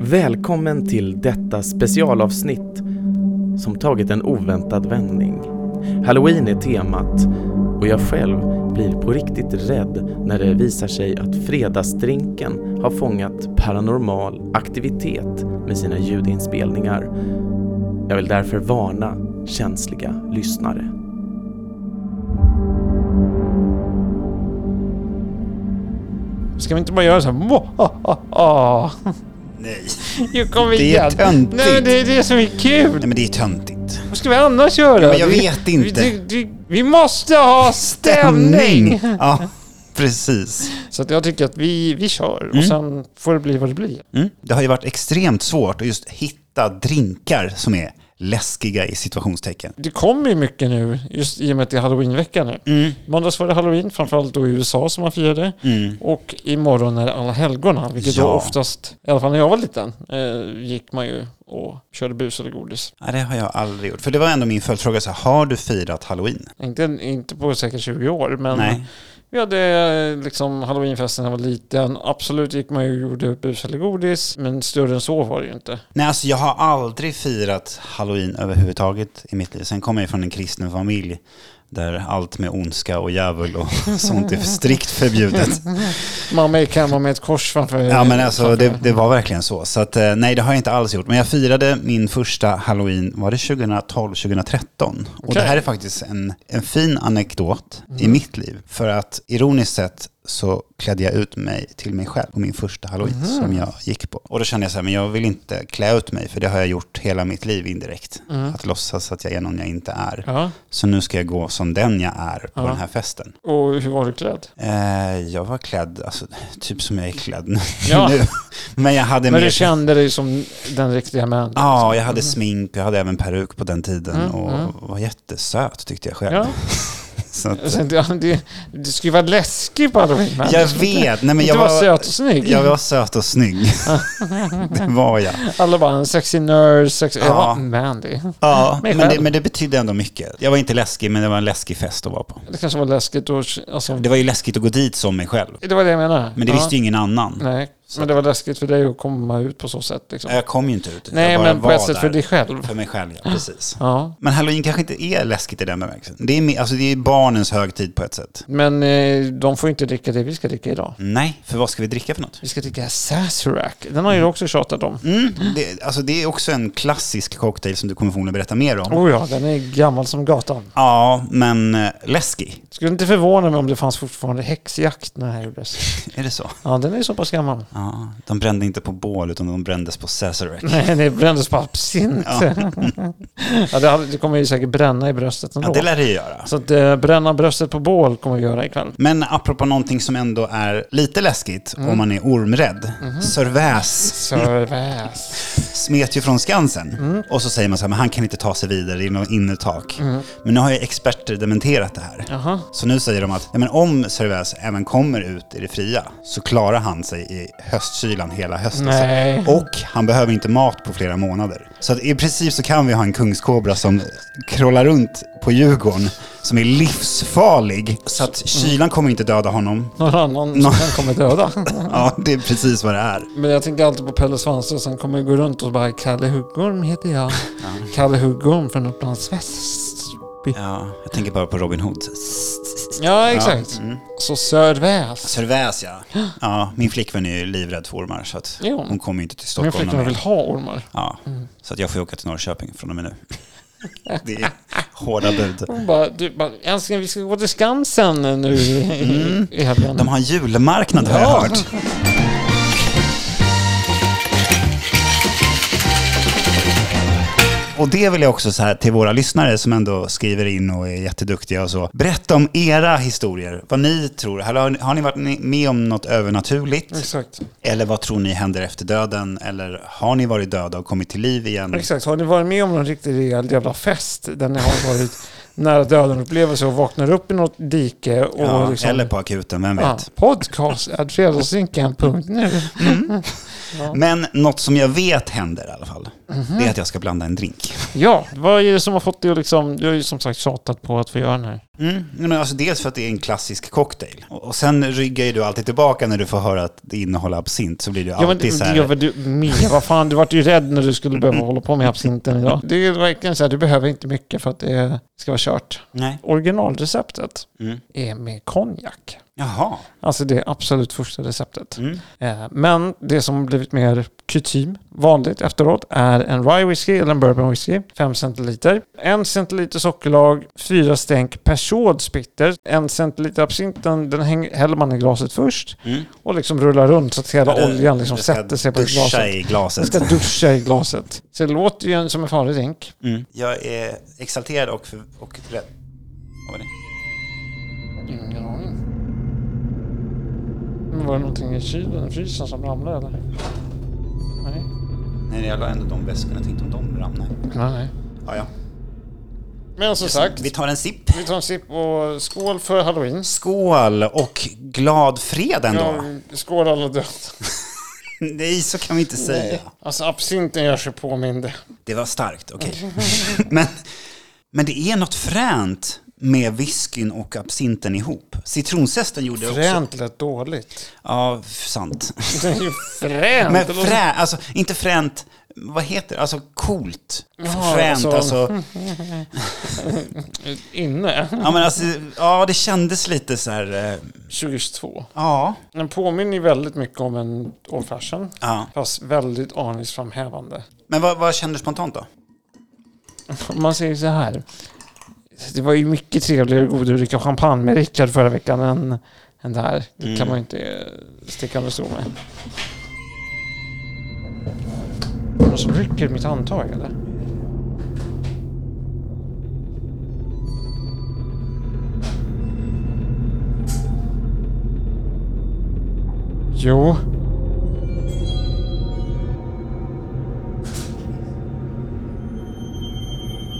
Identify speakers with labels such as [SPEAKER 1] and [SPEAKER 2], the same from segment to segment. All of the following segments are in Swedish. [SPEAKER 1] Välkommen till detta specialavsnitt som tagit en oväntad vändning. Halloween är temat och jag själv blir på riktigt rädd när det visar sig att fredagsdrinken har fångat paranormal aktivitet med sina ljudinspelningar. Jag vill därför varna känsliga lyssnare.
[SPEAKER 2] Ska vi inte bara göra så här? "Wah, ah, ah, ah."
[SPEAKER 3] Nej.
[SPEAKER 2] Jo, kom
[SPEAKER 3] Det är
[SPEAKER 2] igen.
[SPEAKER 3] töntigt.
[SPEAKER 2] Nej, men det är det som är kul.
[SPEAKER 3] Nej men det är töntigt.
[SPEAKER 2] Vad ska vi annars göra?
[SPEAKER 3] men jag
[SPEAKER 2] Vi-
[SPEAKER 3] vet inte.
[SPEAKER 2] Vi, vi, vi måste ha stämning!
[SPEAKER 3] Ja, precis.
[SPEAKER 2] Så att jag tycker att vi, vi kör och sen får det bli vad det blir.
[SPEAKER 3] Mm. Det har ju varit extremt svårt att just hitta drinkar som är läskiga i situationstecken.
[SPEAKER 2] Det kommer ju mycket nu, just i och med att det är halloweenvecka nu. Mm. Måndags var det halloween, framförallt då i USA som man firade. Och imorgon är det alla helgona, vilket då
[SPEAKER 3] Ja.
[SPEAKER 2] oftast, i alla fall när jag var liten, eh, gick man ju och körde bus eller godis.
[SPEAKER 3] Ja, det har jag aldrig gjort. För det var ändå min följdfråga, så här, har du firat halloween?
[SPEAKER 2] Inte, inte på säkert 20 år, men
[SPEAKER 3] Nej.
[SPEAKER 2] vi hade eh, liksom halloweenfesten när jag var liten. Absolut gick man ju och gjorde bus eller godis, men större än så var det ju inte.
[SPEAKER 3] Nej, alltså jag har aldrig firat halloween överhuvudtaget i mitt liv. Sen kommer jag från en kristen familj där allt med ondska och djävul och sånt är strikt förbjudet.
[SPEAKER 2] Mamma gick hemma med ett kors framför
[SPEAKER 3] Ja men alltså
[SPEAKER 2] framför-
[SPEAKER 3] det, det var verkligen så. Så att, eh, nej det har jag inte alls gjort. Men jag firade min första halloween, var det 2012-2013? Och det
[SPEAKER 2] Okej.
[SPEAKER 3] här är faktiskt en, en fin anekdot i mitt liv. För att ironiskt sett så klädde jag ut mig till mig själv på min första halloween som jag gick på. Och då kände jag så här, men jag vill inte klä ut mig för det har jag gjort hela mitt liv indirekt. Att låtsas att jag är någon jag inte är.
[SPEAKER 2] Mm. Ja,
[SPEAKER 3] Så nu ska jag gå som den jag är på den här festen.
[SPEAKER 2] och hur var du klädd?
[SPEAKER 3] Eh, jag var klädd, alltså, typ som jag är klädd nu.
[SPEAKER 2] Ja.
[SPEAKER 3] Men jag hade
[SPEAKER 2] Men
[SPEAKER 3] mer-
[SPEAKER 2] du kände dig som den riktiga man?
[SPEAKER 3] Ja, jag hade smink, jag hade även peruk på den tiden
[SPEAKER 2] Mm,
[SPEAKER 3] och
[SPEAKER 2] mm.
[SPEAKER 3] var jättesöt tyckte jag själv.
[SPEAKER 2] Ja.
[SPEAKER 3] Så att,
[SPEAKER 2] Alltså, det, det, det skulle ju vara läskigt på halloween. men-
[SPEAKER 3] jag vet, nej men
[SPEAKER 2] Inte
[SPEAKER 3] jag
[SPEAKER 2] vara
[SPEAKER 3] var,
[SPEAKER 2] söt och snygg.
[SPEAKER 3] jag var söt och snygg. det var jag. Alla
[SPEAKER 2] Bara en sexy nurse, sexy... Ja. Jag
[SPEAKER 3] Ja.
[SPEAKER 2] var manly.
[SPEAKER 3] Ja,
[SPEAKER 2] Mig
[SPEAKER 3] men det,
[SPEAKER 2] själv.
[SPEAKER 3] men det betydde ändå mycket. Jag var inte läskig, men det var en läskig fest att vara på.
[SPEAKER 2] Det kanske var läskigt och... Alltså,
[SPEAKER 3] Det var ju läskigt att gå dit som mig själv,
[SPEAKER 2] det var det jag menade.
[SPEAKER 3] men det
[SPEAKER 2] Ja.
[SPEAKER 3] visste ju ingen annan.
[SPEAKER 2] Nej, men det var läskigt för dig att komma ut på så sätt. Liksom.
[SPEAKER 3] Jag kom ju inte ut.
[SPEAKER 2] Nej,
[SPEAKER 3] jag bara
[SPEAKER 2] men på
[SPEAKER 3] var
[SPEAKER 2] ett sätt för
[SPEAKER 3] där.
[SPEAKER 2] dig själv.
[SPEAKER 3] För mig själv, ja, precis.
[SPEAKER 2] Ja.
[SPEAKER 3] Men halloween kanske inte är läskigt i den bemärkelsen. Det är, mer- alltså, det är barnens högtid på ett sätt.
[SPEAKER 2] Men eh, de får inte dricka det vi ska dricka idag.
[SPEAKER 3] Nej, för vad ska vi dricka för något?
[SPEAKER 2] Vi ska dricka Sazerac. Den har ju du också tjatat om.
[SPEAKER 3] Mm, det, alltså, det är också en klassisk cocktail som du kommer förmodligen berätta mer om.
[SPEAKER 2] Oh ja, den är gammal som gatan.
[SPEAKER 3] Ja, men eh, läskig.
[SPEAKER 2] Skulle inte förvåna mig om det fanns fortfarande häxjakt när det här gjordes.
[SPEAKER 3] Är det så?
[SPEAKER 2] Ja, den är så pass gammal.
[SPEAKER 3] Ja, de brände inte på bål utan de brändes på Sazerac.
[SPEAKER 2] Nej, det brändes på absint. Ja. det, hade, det kommer ju säkert bränna i bröstet ändå.
[SPEAKER 3] Ja, det lär det ju göra.
[SPEAKER 2] Så att eh, bränna bröstet på bål kommer vi göra ikväll.
[SPEAKER 3] Men apropå någonting som ändå är lite läskigt om man är ormrädd. Sir Väs
[SPEAKER 2] Serväs.
[SPEAKER 3] smet ju från Skansen.
[SPEAKER 2] Mm.
[SPEAKER 3] Och så säger man så här, men han kan inte ta sig vidare, det är något innertak. Men nu har ju experter dementerat det här.
[SPEAKER 2] Jaha.
[SPEAKER 3] Så nu säger de att ja, men om Servais även kommer ut i det fria så klarar han sig i höstkylan hela hösten.
[SPEAKER 2] Nej.
[SPEAKER 3] Och han behöver inte mat på flera månader. Så att i princip så kan vi ha en kungskobra som krollar runt på Djurgården som är livsfarlig. Så att kylan kommer inte döda honom.
[SPEAKER 2] Någon annan som den kommer döda.
[SPEAKER 3] Ja, det är precis vad det är.
[SPEAKER 2] Men jag tänker alltid på Pelle Svanslös. Han kommer gå runt och bara Kalle Huggorm heter jag. Kalle Huggorm från Upplands Väsby.
[SPEAKER 3] Ja, jag tänker bara på Robin Hood.
[SPEAKER 2] Ja, exakt.
[SPEAKER 3] mm.
[SPEAKER 2] Så Sörväs.
[SPEAKER 3] Servais ja. Ja, min flickvän är ju livrädd för ormar så att
[SPEAKER 2] Jo.
[SPEAKER 3] hon kommer ju inte till
[SPEAKER 2] Min
[SPEAKER 3] Stockholm.
[SPEAKER 2] flickvän vill ha ormar.
[SPEAKER 3] Ja, så att jag får åka till Norrköping från och med nu. Det är hårda bud.
[SPEAKER 2] Hon bara, du, bara, älskling vi ska gå till Skansen nu i, i helgen.
[SPEAKER 3] Mm. De har en julmarknad har
[SPEAKER 2] Ja.
[SPEAKER 3] jag hört. Och det vill jag också så här till våra lyssnare som ändå skriver in och är jätteduktiga och så. Berätta om era historier, vad ni tror. Har ni, har ni varit med om något övernaturligt?
[SPEAKER 2] Exakt.
[SPEAKER 3] Eller vad tror ni händer efter döden? Eller har ni varit döda och kommit till liv igen?
[SPEAKER 2] Exakt. Har ni varit med om någon riktigt rejäl jävla fest där ni har varit nära döden-upplevelse och vaknar upp i något dike och
[SPEAKER 3] Ja,
[SPEAKER 2] liksom...
[SPEAKER 3] Eller på akuten, vem vet?
[SPEAKER 2] Ja, podcast at fredagsdrinken.nu.
[SPEAKER 3] Men något som jag vet händer i alla fall,
[SPEAKER 2] Mhm.
[SPEAKER 3] det är att jag ska blanda en drink.
[SPEAKER 2] Ja, vad är det som har fått dig att liksom... Du har ju som sagt tjatat på att få göra den här.
[SPEAKER 3] Mm. Nej, Men alltså dels för att det är en klassisk cocktail. Och, och sen ryggar ju du alltid tillbaka när du får höra att det innehåller absint. Så blir du
[SPEAKER 2] Ja, men
[SPEAKER 3] alltid
[SPEAKER 2] det, det
[SPEAKER 3] så här...
[SPEAKER 2] gör väl du med. Vad fan, du vart ju rädd när du skulle behöva hålla på med absinten idag. Det är verkligen så här, du behöver inte mycket för att det ska vara kört.
[SPEAKER 3] Nej.
[SPEAKER 2] Originalreceptet
[SPEAKER 3] Mm.
[SPEAKER 2] är med konjak.
[SPEAKER 3] Jaha.
[SPEAKER 2] Alltså det absolut första receptet.
[SPEAKER 3] Mm.
[SPEAKER 2] Eh, Men det som blivit mer kutym, vanligt efteråt, är en rye whisky eller en bourbon whisky, 5 centiliter, 1 centiliter sockerlag, 4 stänk persod spitter, 1 centiliter absinten, den häng, häller man i glaset först
[SPEAKER 3] Mm.
[SPEAKER 2] och liksom rullar runt så att hela
[SPEAKER 3] Det-
[SPEAKER 2] oljan liksom
[SPEAKER 3] det ska
[SPEAKER 2] sätter sig på
[SPEAKER 3] duscha
[SPEAKER 2] glaset.
[SPEAKER 3] i
[SPEAKER 2] Jag
[SPEAKER 3] glaset.
[SPEAKER 2] ska duscha i glaset. Så det låter ju en- som en farlig drink.
[SPEAKER 3] Mm. Jag är exalterad och, för, och rädd. Vad var det?
[SPEAKER 2] Ingen aning. Men Var det någonting i kylen, i frysen som ramlade eller? Nej.
[SPEAKER 3] Nej, jag la ändå de väskorna. Jag tänkte om de ramlar.
[SPEAKER 2] Nej, nej.
[SPEAKER 3] Ja, ja.
[SPEAKER 2] Men som sagt,
[SPEAKER 3] Vi
[SPEAKER 2] vi
[SPEAKER 3] tar en sipp.
[SPEAKER 2] tar en sipp och skål för halloween.
[SPEAKER 3] Skål och glad fredag
[SPEAKER 2] Ja,
[SPEAKER 3] ändå.
[SPEAKER 2] skål alla döda.
[SPEAKER 3] Nej, så kan vi inte säga.
[SPEAKER 2] Alltså absinten gör sig påmind.
[SPEAKER 3] Det var starkt, okej. men, men det är något fränt med whiskyn och absinten ihop. Citronzesten gjorde också...
[SPEAKER 2] Fränt lät dåligt.
[SPEAKER 3] Ja, sant.
[SPEAKER 2] Det är ju fränt.
[SPEAKER 3] Men
[SPEAKER 2] Det låter-
[SPEAKER 3] frä, alltså inte fränt, vad heter det? Alltså coolt.
[SPEAKER 2] Ja,
[SPEAKER 3] fränt, alltså.
[SPEAKER 2] alltså- Inne.
[SPEAKER 3] Ja, men alltså, ja, det kändes lite så här... eh,
[SPEAKER 2] 22.
[SPEAKER 3] Ja.
[SPEAKER 2] Den påminner ju väldigt mycket om en old fashion.
[SPEAKER 3] ja.
[SPEAKER 2] Fast väldigt aningsframhävande.
[SPEAKER 3] Men vad, vad kände du spontant då?
[SPEAKER 2] Om man säger så här. Det var ju mycket trevligare och godare att dricka champagne med Rickard förra veckan än, än det här. Det kan man ju inte eh, sticka under stol med. Är det Någon som rycker i mitt handtag eller? Jo.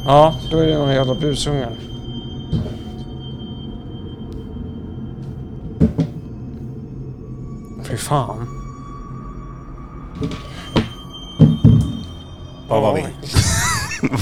[SPEAKER 2] Ja, då är det någon jävla busungen. Fy fan.
[SPEAKER 3] Var var vi?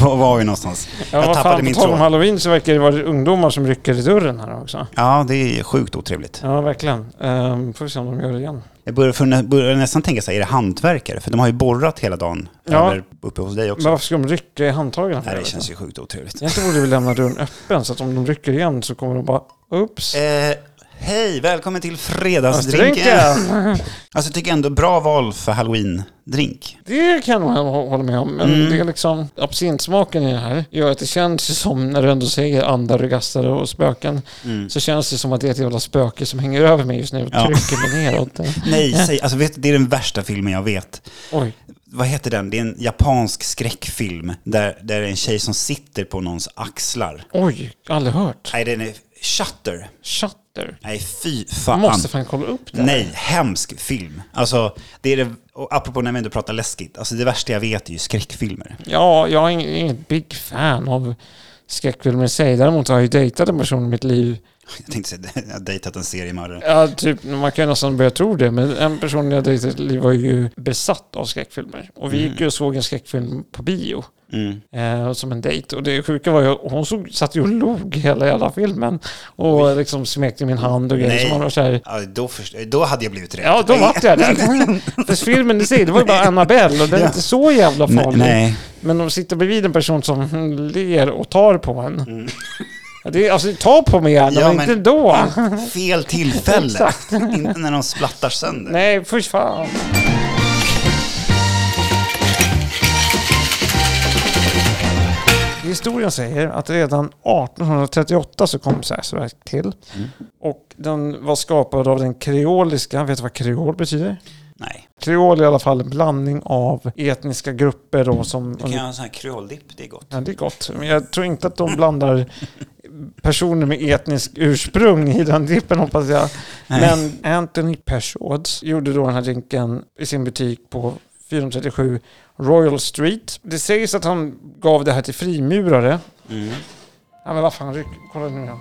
[SPEAKER 3] var var vi någonstans?
[SPEAKER 2] Ja,
[SPEAKER 3] Jag
[SPEAKER 2] vad
[SPEAKER 3] tappade
[SPEAKER 2] fan,
[SPEAKER 3] min
[SPEAKER 2] på tal om
[SPEAKER 3] tråd.
[SPEAKER 2] halloween så verkar det vara ungdomar som rycker i dörren här också.
[SPEAKER 3] Ja, det är sjukt otrevligt.
[SPEAKER 2] Ja, verkligen. Ehm, får vi se om de gör det igen.
[SPEAKER 3] Jag börjar, för, börjar nästan tänka så här, är det hantverkare? För de har ju borrat hela dagen
[SPEAKER 2] Ja.
[SPEAKER 3] över uppe hos dig också.
[SPEAKER 2] Men varför ska de rycka i handtagen?
[SPEAKER 3] Nej, det känns ju sjukt otrevligt.
[SPEAKER 2] Egentligen borde vi lämna dörren öppen så att om de rycker igen så kommer de bara Oops!
[SPEAKER 3] Eh, hej, välkommen till fredagsdrinken.
[SPEAKER 2] Drinken!
[SPEAKER 3] Alltså, jag tycker ändå bra val för halloween-drink.
[SPEAKER 2] Det kan jag hå- hålla med om. Men
[SPEAKER 3] Mm.
[SPEAKER 2] det är liksom absintsmaken i det här gör att det känns ju som, när du ändå säger andar och gastare och spöken, så känns det som att det är ett jävla spöke som hänger över mig just nu och
[SPEAKER 3] Mm. Ja.
[SPEAKER 2] trycker mig neråt.
[SPEAKER 3] Nej, säg, alltså, vet, du, det är den värsta filmen jag vet.
[SPEAKER 2] Oj.
[SPEAKER 3] Vad heter den? Det är en japansk skräckfilm där, där det är en tjej som sitter på någons axlar.
[SPEAKER 2] Oj, aldrig hört.
[SPEAKER 3] Nej, den är Shutter.
[SPEAKER 2] Shutter.
[SPEAKER 3] Nej, fy
[SPEAKER 2] Jag
[SPEAKER 3] fan.
[SPEAKER 2] måste fan kolla upp det. typ här.
[SPEAKER 3] Nej, hemsk film. Alltså, det är det, och apropå när vi ändå pratar läskigt, alltså det värsta jag vet är ju skräckfilmer.
[SPEAKER 2] Ja, jag är ing- inget big fan av skräckfilmer i sig. Däremot har jag ju dejtat en person i mitt liv.
[SPEAKER 3] Jag tänkte säga, jag har dejtat en seriemördare.
[SPEAKER 2] Ja, typ, man kan ju nästan börja tro det, men en person jag dejtat i mitt liv var ju besatt av skräckfilmer. Och vi gick ju och såg en skräckfilm på bio.
[SPEAKER 3] Mm.
[SPEAKER 2] Eh, som en dejt. Och det sjuka var ju och hon såg, satt ju och log hela jävla filmen. Och liksom smekte min hand och grejer.
[SPEAKER 3] Nej.
[SPEAKER 2] Så man var så här,
[SPEAKER 3] Ja, då, först, då hade jag blivit rädd.
[SPEAKER 2] ja, då vart jag där. För filmen i sig, det var ju bara Annabelle och den är
[SPEAKER 3] Ja.
[SPEAKER 2] inte så jävla
[SPEAKER 3] Nej,
[SPEAKER 2] farlig.
[SPEAKER 3] nej.
[SPEAKER 2] Men de sitter bredvid en person som ler och tar på en. Ja, det är, alltså, ta på mig gärna,
[SPEAKER 3] Mm. Ja,
[SPEAKER 2] men
[SPEAKER 3] men- Ah.
[SPEAKER 2] inte då.
[SPEAKER 3] Fel tillfälle.
[SPEAKER 2] Exakt.
[SPEAKER 3] Inte när de splattar sönder.
[SPEAKER 2] Nej, för fan. Historien säger att redan 1838 så kom Sazerac till.
[SPEAKER 3] Mm.
[SPEAKER 2] Och den var skapad av den kreoliska, vet du vad kreol betyder?
[SPEAKER 3] Nej.
[SPEAKER 2] Kreol är i alla fall en blandning av etniska grupper då som...
[SPEAKER 3] Kan jag ha en sån här kreoldipp? Det är gott.
[SPEAKER 2] Ja, det är gott. Men jag tror inte att de blandar personer med etnisk ursprung i den dippen hoppas jag. Men Anthony Pershauds gjorde då den här drinken i sin butik på 437 Royal Street. Det sägs att han gav det här till frimurare.
[SPEAKER 3] Mm.
[SPEAKER 2] Ja men vad fan, ryck. kolla nu igen.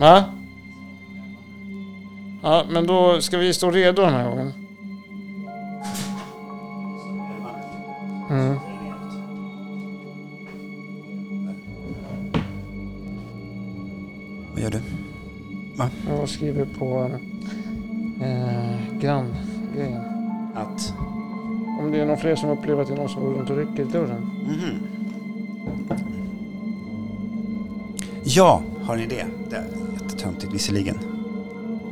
[SPEAKER 2] Va? Ja, men då ska vi stå redo den här gången. Mm.
[SPEAKER 3] Vad gör du?
[SPEAKER 2] Jag skriver på eh, granngrejen.
[SPEAKER 3] Att...
[SPEAKER 2] Om det är någon fler som upplever att det är någon som går runt och rycker i dörren.
[SPEAKER 3] Mhm. Ja, har ni det? Det är jättetöntigt visserligen.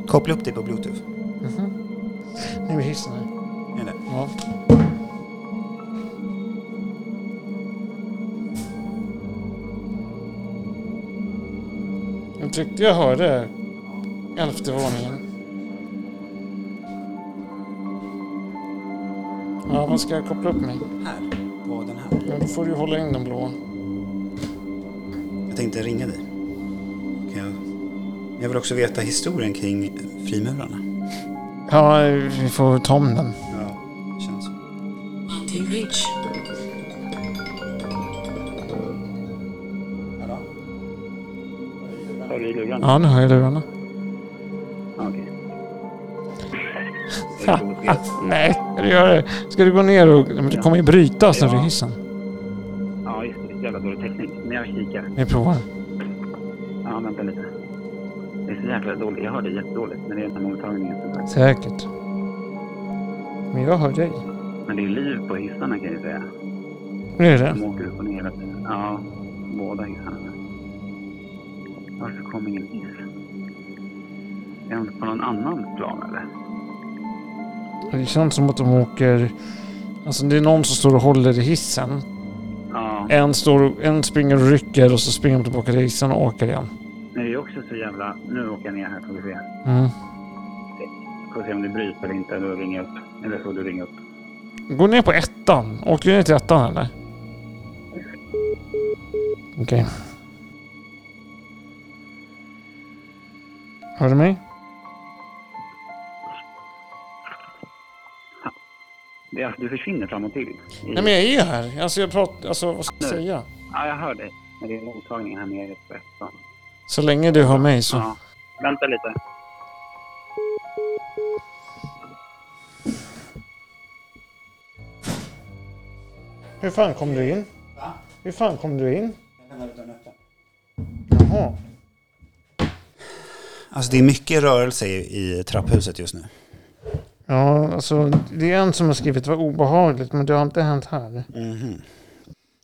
[SPEAKER 3] Koppla upp det på bluetooth.
[SPEAKER 2] Mhm. Nu är hissen här.
[SPEAKER 3] Är det?
[SPEAKER 2] Ja. Jag tyckte jag hörde elfte våningen. Ja, vad ska jag koppla upp mig?
[SPEAKER 3] Här, på den här.
[SPEAKER 2] Men Då får du hålla in den blå.
[SPEAKER 3] Jag tänkte ringa dig. Kan jag... jag vill också veta historien kring frimurarna.
[SPEAKER 2] Ja, vi får ta om den.
[SPEAKER 3] Ja, det känns så.
[SPEAKER 4] To reach.
[SPEAKER 3] Hallå?
[SPEAKER 5] Hör du i lurarna?
[SPEAKER 2] Ja, nu hör jag lurarna.
[SPEAKER 5] Ja, okej.
[SPEAKER 2] Nej, ska du göra det? Ska du gå ner och... Men det kommer ju brytas när du är i hissen.
[SPEAKER 5] Ja, just det. Jävla dålig täckning. Men jag kikar.
[SPEAKER 2] Vi provar.
[SPEAKER 5] Ja, vänta lite. Det är så jäkla dåligt. Jag hör dig jättedåligt, men det är den här mottagningen som sagt.
[SPEAKER 2] Säkert. Men jag hör dig.
[SPEAKER 5] Men det är liv på hissarna kan jag ju säga.
[SPEAKER 2] Nu är det.
[SPEAKER 5] De åker upp och ner hela tiden. Ja, båda hissarna. Varför kom ingen hiss? Är de på någon annan plan eller?
[SPEAKER 2] Det känns som att de åker... Alltså det är någon som står och håller i hissen.
[SPEAKER 5] Ja,
[SPEAKER 2] En, står, och- en springer och rycker och så springer de tillbaka till hissen och åker igen.
[SPEAKER 5] men det är också så jävla... Nu åker jag ner här får vi se.
[SPEAKER 2] Mm.
[SPEAKER 5] Får se om det bryts eller inte. Då ringer jag upp. Eller får du ringa upp.
[SPEAKER 2] Gå ner på ettan. Åker du ner till ettan eller? Okej. Hör du mig?
[SPEAKER 5] Det är att du försvinner fram och till. i-
[SPEAKER 2] Nej men jag är här. Alltså jag pratar... Alltså vad ska jag
[SPEAKER 5] Nu.
[SPEAKER 2] säga?
[SPEAKER 5] Ja, jag hör dig. Men det är mottagningen här nere på ettan.
[SPEAKER 2] Så länge du hör mig så...
[SPEAKER 5] Ja. Vänta lite.
[SPEAKER 2] Hur fan kom du in?
[SPEAKER 3] Va?
[SPEAKER 2] Hur fan kom du in?
[SPEAKER 3] Jag lämnar ut dörren öppen.
[SPEAKER 2] Jaha.
[SPEAKER 3] Alltså det är mycket rörelse i, i trapphuset just nu.
[SPEAKER 2] Ja, alltså det är en som har skrivit vad obehagligt men det har inte hänt här.
[SPEAKER 3] Mhm.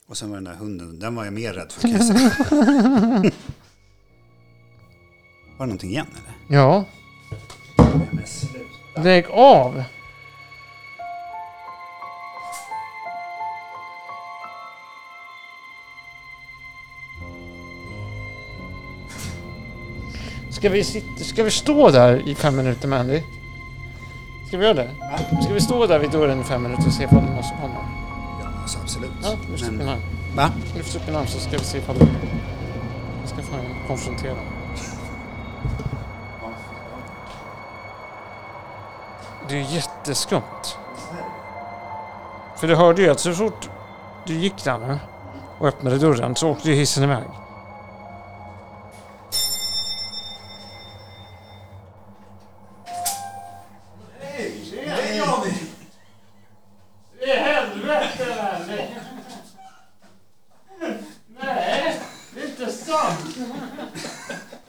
[SPEAKER 3] Och sen var den där hunden, den var jag mer rädd för kan jag säga. Var det någonting igen eller?
[SPEAKER 2] Ja.
[SPEAKER 3] Nej men sluta.
[SPEAKER 2] Lägg av! Ska vi, sitta, ska vi stå där i fem minuter, Mandy? Ska vi göra det? Ska vi stå där vid dörren i fem minuter och se ifall det är någon som kommer?
[SPEAKER 3] Alltså, absolut.
[SPEAKER 2] Ja, lyft upp din
[SPEAKER 3] men,
[SPEAKER 2] arm.
[SPEAKER 3] va?
[SPEAKER 2] Lyft upp din arm så ska vi se ifall det... Jag ska fan konfrontera. Det är jätteskumt. För du hörde ju att så fort du gick där nu och öppnade dörren så åkte ju hissen iväg.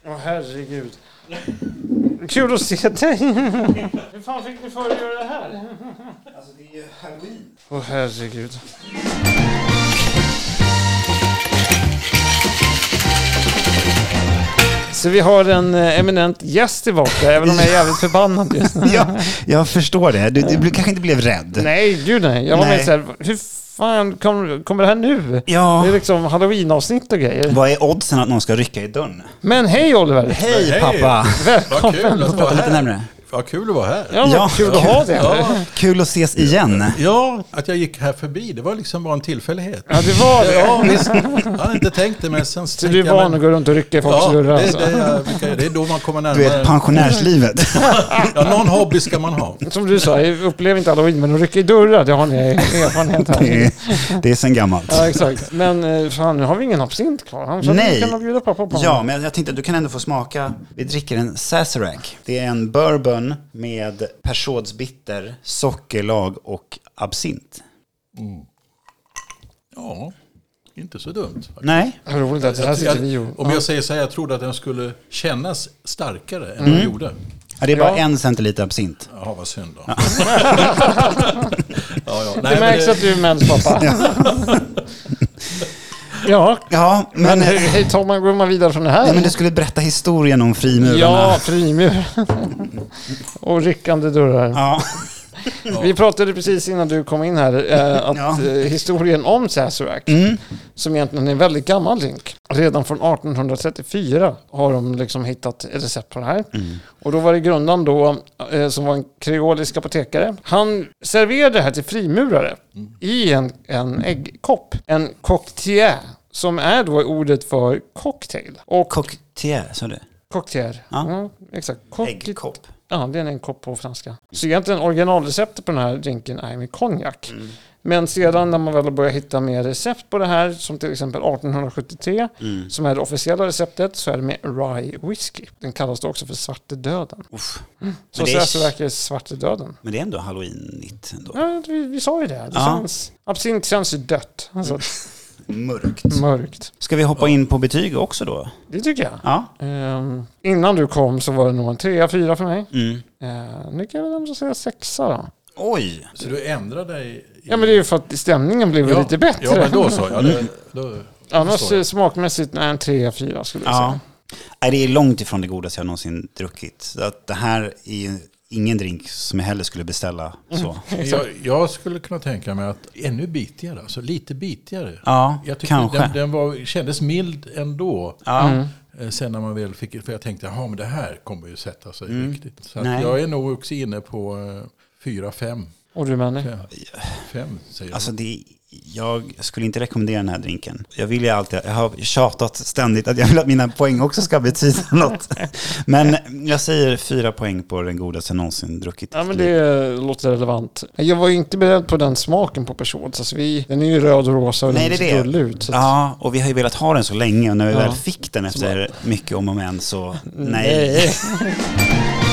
[SPEAKER 2] Åh herregud. Kul att se dig! Hur fan fick ni för er att göra det här?
[SPEAKER 3] Alltså det är ju halloween.
[SPEAKER 2] Åh herregud. Så vi har en eh, eminent gäst tillbaka, även om jag är jävligt förbannad just nu.
[SPEAKER 3] ja, jag förstår det. Du, du blir- kanske inte blev rädd.
[SPEAKER 2] Nej, gud nej. Jag var
[SPEAKER 3] Nej.
[SPEAKER 2] med såhär, hur fan kommer kom det här nu?
[SPEAKER 3] Ja,
[SPEAKER 2] Det är liksom halloween-avsnitt och grejer.
[SPEAKER 3] vad är oddsen att någon ska rycka i dörren?
[SPEAKER 2] Men hej Oliver!
[SPEAKER 3] Hej pappa!
[SPEAKER 2] Välkommen!
[SPEAKER 6] Kul att vara
[SPEAKER 3] Prata lite
[SPEAKER 6] här.
[SPEAKER 3] närmare.
[SPEAKER 4] Ja, kul att vara här.
[SPEAKER 2] Ja,
[SPEAKER 3] Ja.
[SPEAKER 2] ja. kul att ha det. Ja.
[SPEAKER 4] Ja,
[SPEAKER 3] Kul att ses igen.
[SPEAKER 4] ja, att jag gick här förbi, det var liksom bara en tillfällighet.
[SPEAKER 2] det var det.
[SPEAKER 4] Ja, visst. Jag hade inte tänkt det, men sen...
[SPEAKER 2] Så du är van att gå runt och rycka i folks
[SPEAKER 4] Ja,
[SPEAKER 2] lurrar?
[SPEAKER 4] det,
[SPEAKER 2] Alltså.
[SPEAKER 4] det, är- vilka- det är då man kommer
[SPEAKER 3] Du vet,
[SPEAKER 4] närmare.
[SPEAKER 3] pensionärslivet.
[SPEAKER 4] Ja, någon hobby ska man ha.
[SPEAKER 2] Som du sa, jag upplever inte halloween, men att rycka i dörrar, det har ni erfarenhet
[SPEAKER 3] Det
[SPEAKER 2] här.
[SPEAKER 3] är, det är sen gammalt.
[SPEAKER 2] Ja, exakt. Men eh, fan, nu har vi ingen absint kvar. Han sa att
[SPEAKER 3] Nej.
[SPEAKER 2] vi kan nog bjuda pappa på
[SPEAKER 3] Ja,
[SPEAKER 2] honom.
[SPEAKER 3] men jag tänkte att du kan ändå få smaka. Vi dricker en Sazerac. Det är en bourbon med persådsbitter, sockerlag och absint.
[SPEAKER 4] Ja, inte så dumt.
[SPEAKER 3] Nej,
[SPEAKER 2] Vad roligt att det här sitter vi och...
[SPEAKER 4] om jag säger så här, jag trodde att den skulle kännas starkare än
[SPEAKER 2] Mm.
[SPEAKER 4] den gjorde.
[SPEAKER 3] ja, det är bara
[SPEAKER 2] Ja.
[SPEAKER 3] en centiliter absint.
[SPEAKER 4] Jaha, vad synd då. ja, ja. Nej,
[SPEAKER 2] Det
[SPEAKER 4] men
[SPEAKER 2] märks
[SPEAKER 4] det-
[SPEAKER 2] att du är mens pappa. Ja,
[SPEAKER 3] Ja, men,
[SPEAKER 2] men
[SPEAKER 3] men,
[SPEAKER 2] hur hur tar man, går man vidare från det här?
[SPEAKER 3] men du skulle berätta historien om frimurarna.
[SPEAKER 2] ja, frimur. och ryckande dörrar.
[SPEAKER 3] Ja.
[SPEAKER 2] Vi pratade precis innan du kom in här eh, att
[SPEAKER 3] Ja.
[SPEAKER 2] eh, historien om Sazerac,
[SPEAKER 3] Mm.
[SPEAKER 2] som egentligen är en väldigt gammal drink, redan från 1834 har de liksom hittat ett recept på det här.
[SPEAKER 3] Mm.
[SPEAKER 2] Och då var det grundaren då, eh, som var en kreolisk apotekare, han serverade det här till frimurare
[SPEAKER 3] Mm.
[SPEAKER 2] i en, en äggkopp, en cocktail, som är då ordet för cocktail. Och
[SPEAKER 3] Cocktail, sa du?
[SPEAKER 2] cocktail.
[SPEAKER 3] Ja.
[SPEAKER 2] Mm, exakt. Cock-
[SPEAKER 3] Äggkopp.
[SPEAKER 2] Ja, det är en kopp på franska. Så egentligen originalreceptet på den här drinken är med konjak.
[SPEAKER 3] Mm.
[SPEAKER 2] Men sedan när man väl börjar hitta mer recept på det här, som till exempel 1873,
[SPEAKER 3] Mm.
[SPEAKER 2] som är det officiella receptet, så är det med rye whisky. Den kallas då också för svarte döden. Mm.
[SPEAKER 3] Uff.
[SPEAKER 2] Så
[SPEAKER 3] det är-
[SPEAKER 2] så verkar det svarte döden.
[SPEAKER 3] Men det är ändå halloween-nytt ändå.
[SPEAKER 2] Ja, vi, vi sa ju det. det
[SPEAKER 3] Ja. Mm.
[SPEAKER 2] känns, absint känns ju dött. Alltså,
[SPEAKER 3] Mörkt.
[SPEAKER 2] mörkt.
[SPEAKER 3] Ska vi hoppa in på betyg också då?
[SPEAKER 2] Det tycker jag.
[SPEAKER 3] Ja.
[SPEAKER 2] Ehm, innan du kom så var det nog en trea, fyra för mig.
[SPEAKER 3] Mm.
[SPEAKER 2] Uh, nu kan jag väl ändå säga sexa då.
[SPEAKER 3] Oj.
[SPEAKER 4] Så du ändrade dig? i-
[SPEAKER 2] Ja men det är ju för att stämningen blev
[SPEAKER 4] Ja,
[SPEAKER 2] lite bättre. Mm.
[SPEAKER 4] Ja, men då så. Ja, det, då,
[SPEAKER 2] Annars
[SPEAKER 4] förstår
[SPEAKER 2] eh,
[SPEAKER 4] jag.
[SPEAKER 2] smakmässigt, nej, en 3-4 skulle jag
[SPEAKER 3] Ja.
[SPEAKER 2] säga.
[SPEAKER 3] Nej, det är långt ifrån det godaste jag någonsin druckit. Så att det här är ju ingen drink som jag heller skulle beställa så.
[SPEAKER 4] jag, jag skulle kunna tänka mig att ännu bitigare, alltså lite bitigare.
[SPEAKER 3] Ja,
[SPEAKER 4] jag tyckte
[SPEAKER 3] kanske.
[SPEAKER 4] den, den var, kändes mild ändå.
[SPEAKER 3] Ja.
[SPEAKER 2] Mm.
[SPEAKER 4] Eh, Sen när man väl fick för jag tänkte, ja men det här kommer ju sätta sig riktigt. Så att
[SPEAKER 3] Mm. Nej.
[SPEAKER 4] jag är nog också inne på eh, fyra, fem.
[SPEAKER 2] Och du Manny?
[SPEAKER 4] Fem, fem säger
[SPEAKER 3] Alltså det, jag skulle inte rekommendera den här drinken. Jag vill ju alltid, jag har tjatat ständigt att jag vill att mina poäng också ska betyda något. Men jag säger fyra poäng på den godaste jag någonsin druckit.
[SPEAKER 2] Ja men det eh, låter relevant. Jag var ju inte beredd på den smaken på Peugeot. Alltså, vi, den är ju röd och rosa och
[SPEAKER 3] Nej,
[SPEAKER 2] den
[SPEAKER 3] det är
[SPEAKER 2] ser
[SPEAKER 3] det.
[SPEAKER 2] gullig ut. Så att,
[SPEAKER 3] Ja, och vi har ju velat ha den så länge och när vi
[SPEAKER 2] Ja.
[SPEAKER 3] väl fick den efter mycket om och men så nej.
[SPEAKER 2] nej.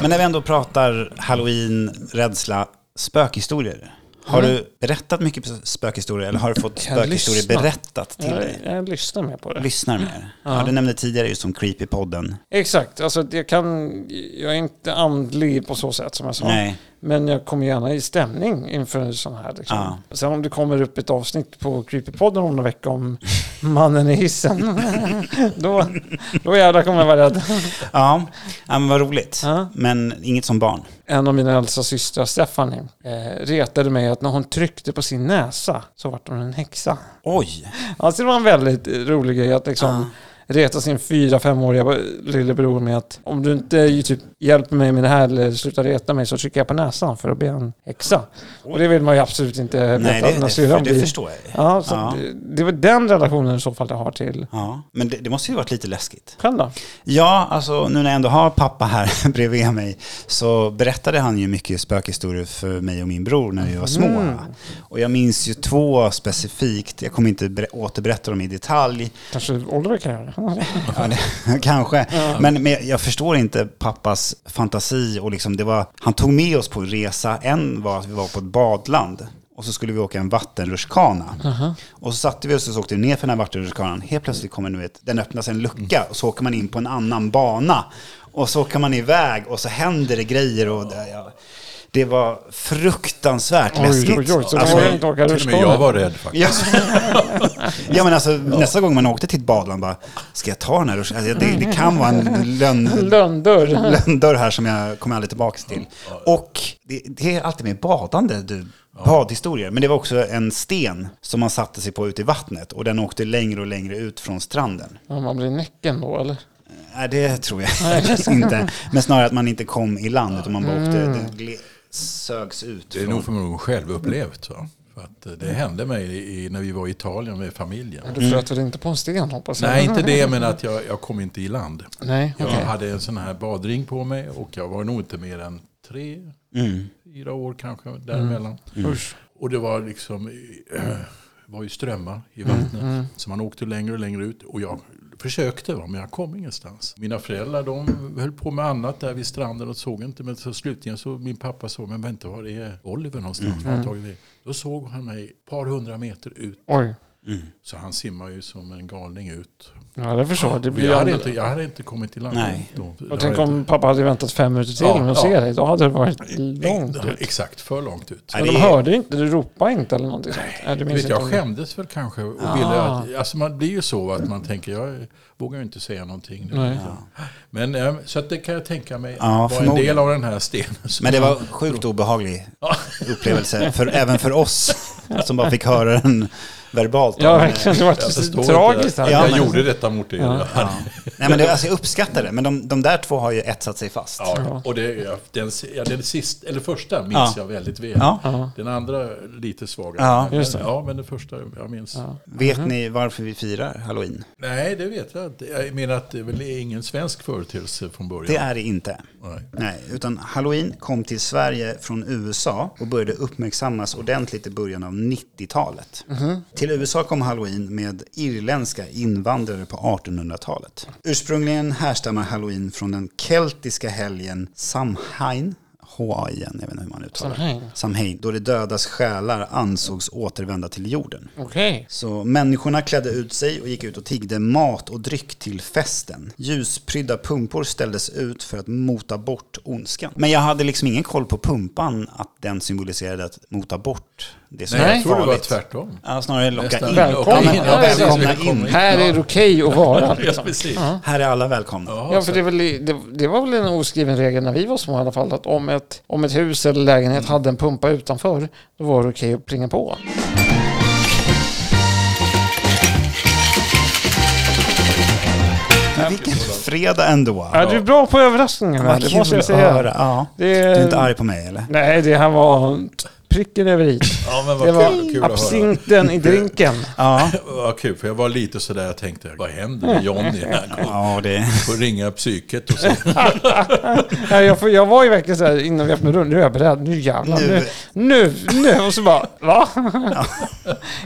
[SPEAKER 3] Men när vi ändå pratar halloween, rädsla, spökhistorier. Har du berättat mycket spökhistorier eller Mm. har du fått
[SPEAKER 2] Jag
[SPEAKER 3] spökhistorier
[SPEAKER 2] lyssnar.
[SPEAKER 3] berättat till
[SPEAKER 2] jag,
[SPEAKER 3] dig?
[SPEAKER 2] jag lyssnar med på det.
[SPEAKER 3] Lyssnar mer. Ja. du nämnde tidigare just om Creepypodden.
[SPEAKER 2] Exakt, alltså jag kan... Jag är inte andlig på så sätt som jag sa.
[SPEAKER 3] Nej.
[SPEAKER 2] Men jag kommer gärna i stämning inför en sån här. Liksom.
[SPEAKER 3] Ja.
[SPEAKER 2] Sen om det kommer upp ett avsnitt på Creepypodden om någon vecka om mannen i hissen. då, då jävlar kommer jag vara rädd.
[SPEAKER 3] Ja, ja men vad roligt.
[SPEAKER 2] Ja.
[SPEAKER 3] Men inget som barn.
[SPEAKER 2] En av mina äldsta systrar, Stephanie, eh, retade mig att när hon tryckte på sin näsa så vart hon en häxa.
[SPEAKER 3] Oj,
[SPEAKER 2] Alltså det var en väldigt eh, rolig grej att liksom reta sin fyra, femåriga lillebror med att om du inte ju typ hjälper mig med det här eller slutar reta mig så trycker jag på näsan för att bli en häxa. Och det vill man ju absolut inte
[SPEAKER 3] nej
[SPEAKER 2] veta
[SPEAKER 3] det,
[SPEAKER 2] när
[SPEAKER 3] det,
[SPEAKER 2] syrran
[SPEAKER 3] för, det
[SPEAKER 2] blir.
[SPEAKER 3] förstår Alltså, jag. Ja.
[SPEAKER 2] Ja, så Det, det var den relationen i så fall jag har till
[SPEAKER 3] Men det, det måste ju varit lite läskigt.
[SPEAKER 2] själv då.
[SPEAKER 3] Ja, alltså nu när jag ändå har pappa här bredvid mig så berättade han ju mycket spökhistorier för mig och min bror när vi var små. Och jag minns ju två specifikt, jag kommer inte ber- återberätta dem i detalj,
[SPEAKER 2] Kanske Oliver kan göra det.
[SPEAKER 3] Ja, det, kanske. Men, men jag förstår inte pappas fantasi. Och liksom det var, han tog med oss på en resa. En var att vi var på ett badland. Och så skulle vi åka en vattenrutschkana. Och så satte vi oss och så åkte vi ner för den här vattenrutschkanan. Helt plötsligt kommer nu vet, den öppnas en lucka och så åker man in på en annan bana. Och så åker man iväg och så händer det grejer. Och det, ja, det var fruktansvärt
[SPEAKER 2] Oj,
[SPEAKER 3] läskigt.
[SPEAKER 2] oj, oj, så
[SPEAKER 3] Alltså,
[SPEAKER 2] var det inte åka
[SPEAKER 4] jag. Till och med jag
[SPEAKER 2] rutschkana.
[SPEAKER 4] var rädd faktiskt.
[SPEAKER 3] Ja. ja men alltså nästa gång man åkte till ett badland bara, ska jag ta den här ruschen? Alltså, det, det kan vara en lönn
[SPEAKER 2] Lönndörr.
[SPEAKER 3] lönndörr här som jag kommer aldrig tillbaka till. Och Det, det är alltid med badande, du. Badhistorier. Men det var också en sten som man satte sig på ute i vattnet och den åkte längre och längre ut från stranden.
[SPEAKER 2] Ja, man blir näcken då eller?
[SPEAKER 3] Nej, det tror jag faktiskt inte. Men snarare att man inte kom i land utan man bara åkte, det gle- sögs ut.
[SPEAKER 4] Det är nog förmodligen självupplevt. Va? För att eh, det hände mig i, när vi var i Italien med familjen.
[SPEAKER 2] Du
[SPEAKER 3] Mm.
[SPEAKER 2] flöt väl inte på en sten hoppas jag?
[SPEAKER 4] Nej, inte det, men att jag, jag kom inte i land.
[SPEAKER 2] Nej,
[SPEAKER 4] Jag
[SPEAKER 2] okej.
[SPEAKER 4] hade en sån här badring på mig och jag var nog inte mer än tre,
[SPEAKER 3] Mm.
[SPEAKER 4] fyra år kanske däremellan.
[SPEAKER 2] Usch.
[SPEAKER 4] Och det var liksom eh, var ju strömmar i vattnet.
[SPEAKER 2] Mm,
[SPEAKER 4] Så man åkte längre och längre ut. Och jag försökte, va, men jag kom ingenstans. Mina föräldrar de höll på med annat där vid stranden och såg inte. Men så slutligen så min pappa såg, men vänta var är Oliver någonstans? Var
[SPEAKER 2] Mm.
[SPEAKER 4] har han tagit vägen? Då såg han mig ett par hundra meter ut.
[SPEAKER 2] Oj.
[SPEAKER 4] Så han simmar ju som en galning ut.
[SPEAKER 2] Ja, det förstår jag. Det blir
[SPEAKER 4] jag, hade
[SPEAKER 2] aldrig-
[SPEAKER 4] inte, jag hade inte kommit till land.
[SPEAKER 3] Nej.
[SPEAKER 4] Då. Det
[SPEAKER 2] Och tänk
[SPEAKER 4] hade
[SPEAKER 2] om pappa hade väntat fem minuter till
[SPEAKER 4] Ja,
[SPEAKER 2] med att
[SPEAKER 4] ja.
[SPEAKER 2] se dig. Då hade det varit
[SPEAKER 4] inte-
[SPEAKER 2] långt.
[SPEAKER 4] Nej, Exakt, för långt ut.
[SPEAKER 3] Nej,
[SPEAKER 2] Men de
[SPEAKER 3] det-
[SPEAKER 2] hörde inte, du ropade inte eller någonting sånt. Nej, du
[SPEAKER 4] Du
[SPEAKER 2] minns
[SPEAKER 4] Vet,
[SPEAKER 2] inte.
[SPEAKER 4] jag
[SPEAKER 2] om det.
[SPEAKER 4] skämdes väl kanske. Och
[SPEAKER 3] Ah.
[SPEAKER 4] ville att, alltså man blir ju så att man tänker, jag vågar ju inte säga någonting. Nu.
[SPEAKER 2] Nej.
[SPEAKER 4] Men, eh, så att det kan jag tänka mig
[SPEAKER 3] Ja,
[SPEAKER 4] var en
[SPEAKER 3] förmodligen.
[SPEAKER 4] del av den här stenen. som-
[SPEAKER 3] Men det var sjukt obehaglig upplevelse, för, även för oss som bara fick höra den verbalt.
[SPEAKER 2] Ja,
[SPEAKER 3] Men, eh,
[SPEAKER 2] verkligen. Det var
[SPEAKER 4] jag förstår
[SPEAKER 2] tragiskt.
[SPEAKER 4] inte.
[SPEAKER 2] här.
[SPEAKER 4] att
[SPEAKER 3] Ja,
[SPEAKER 4] Jag
[SPEAKER 3] men-
[SPEAKER 4] gjorde detta mot er. Ja.
[SPEAKER 3] Nej, men det, alltså, jag uppskattar det, men de, de där två har ju etsat sig fast.
[SPEAKER 4] och det, ja, den, ja, den sist, eller första minns
[SPEAKER 3] Ja.
[SPEAKER 4] jag väldigt väl.
[SPEAKER 3] Ja.
[SPEAKER 4] Den andra lite svagare.
[SPEAKER 3] Ja,
[SPEAKER 4] men,
[SPEAKER 2] just det.
[SPEAKER 4] ja, men den första jag minns.
[SPEAKER 3] Vet
[SPEAKER 4] Mhm.
[SPEAKER 3] ni varför vi firar halloween?
[SPEAKER 4] Nej, det vet jag inte. Jag menar att det väl är ingen svensk företeelse från början.
[SPEAKER 3] Det är det inte.
[SPEAKER 4] Nej.
[SPEAKER 3] Nej, utan halloween kom till Sverige från USA och började uppmärksammas ordentligt i början av 90-talet. Till USA kom halloween med irländska invandrare på 1800-talet. Ursprungligen härstammar halloween från den keltiska helgen Samhain. H-A igen, jag vet inte hur man uttalar det.
[SPEAKER 2] Samhain.
[SPEAKER 3] Samhain. Då de dödas själar ansågs återvända till jorden.
[SPEAKER 2] Okej.
[SPEAKER 3] Så människorna klädde ut sig och gick ut och tiggde mat och dryck till festen. Ljusprydda pumpor ställdes ut för att mota bort ondskan. Men jag hade liksom ingen koll på pumpan, att den symboliserade att mota bort det som
[SPEAKER 4] Nej,
[SPEAKER 3] var
[SPEAKER 4] jag tror det var
[SPEAKER 3] farligt.
[SPEAKER 4] tvärtom.
[SPEAKER 3] Ja, snarare locka
[SPEAKER 4] Nästan.
[SPEAKER 3] in.
[SPEAKER 2] Välkomna.
[SPEAKER 3] Ja, men- ja, välkomna
[SPEAKER 4] Välkomna
[SPEAKER 3] in.
[SPEAKER 4] in.
[SPEAKER 2] Här är det okej att vara.
[SPEAKER 4] Ja,
[SPEAKER 2] Liksom.
[SPEAKER 4] precis.
[SPEAKER 3] Här är alla välkomna.
[SPEAKER 4] Ja,
[SPEAKER 2] Ja,
[SPEAKER 4] så-
[SPEAKER 2] för det, är väl, det, det var väl en oskriven regel när vi var små i alla fall, att om ett, om ett hus eller lägenhet hade en pumpa utanför, då var det okej att plinga på.
[SPEAKER 3] Men vilken fredag ändå.
[SPEAKER 2] Ja, du är bra på överraskningar,
[SPEAKER 3] Vad
[SPEAKER 2] det måste
[SPEAKER 3] kul
[SPEAKER 2] jag
[SPEAKER 3] att
[SPEAKER 2] säga.
[SPEAKER 3] höra. Ja.
[SPEAKER 2] Det
[SPEAKER 3] Du är inte
[SPEAKER 2] är,
[SPEAKER 3] arg på mig eller?
[SPEAKER 2] nej, det här var pricken över i.
[SPEAKER 4] Ja, men
[SPEAKER 2] Det
[SPEAKER 4] vad kul, kul
[SPEAKER 2] var
[SPEAKER 4] att höra.
[SPEAKER 2] absinten i drinken.
[SPEAKER 3] Ja,
[SPEAKER 4] Vad kul, för jag var lite sådär, jag tänkte, vad händer med Johnny?
[SPEAKER 2] Mm.
[SPEAKER 4] Han
[SPEAKER 3] ja det...
[SPEAKER 4] får ringa psyket och så.
[SPEAKER 2] Nej, jag, får- jag var ju verkligen så här innan vi öppnade rummet, nu är jag beredd, nu jävlar, nu, nu, nu, och så bara, va?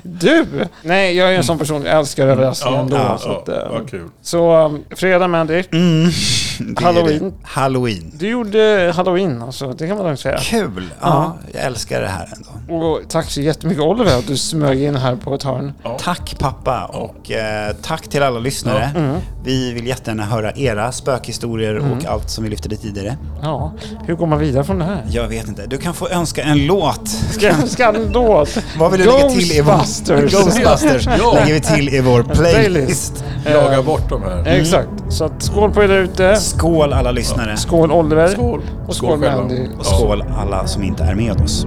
[SPEAKER 2] Du! Nej, jag är en sån person, jag älskar överraskningar ändå.
[SPEAKER 4] ja,
[SPEAKER 2] så att, eh,
[SPEAKER 4] vad kul.
[SPEAKER 2] så um, fredag med dig.
[SPEAKER 3] Mm, det är
[SPEAKER 2] Halloween.
[SPEAKER 3] Det. Halloween.
[SPEAKER 2] Du gjorde halloween alltså, det kan man lugnt säga.
[SPEAKER 3] Kul. Ja, jag älskar det här ändå.
[SPEAKER 2] Och tack så jättemycket Oliver att du smög in här på ett hörn.
[SPEAKER 3] Tack pappa och eh, tack till alla lyssnare.
[SPEAKER 2] Mm.
[SPEAKER 3] Vi vill jättegärna höra era spökhistorier och allt som vi lyfte dit tidigare.
[SPEAKER 2] Ja, hur går man vidare från det här?
[SPEAKER 3] Jag vet inte, du kan få önska en låt.
[SPEAKER 2] Ska- Skandal!
[SPEAKER 3] Vad vill du lägga till i vår...
[SPEAKER 2] Ghostbusters.
[SPEAKER 3] Ghostbusters
[SPEAKER 4] Ja.
[SPEAKER 3] lägger vi till i vår playlist.
[SPEAKER 2] Playlist.
[SPEAKER 4] Jaga bort de här.
[SPEAKER 2] Exakt, så att skål på er där ute.
[SPEAKER 3] Skål alla lyssnare
[SPEAKER 2] Skål Oliver.
[SPEAKER 4] Skål.
[SPEAKER 2] Och skål,
[SPEAKER 4] själva.
[SPEAKER 2] Mandy.
[SPEAKER 3] och skål alla som inte är med oss.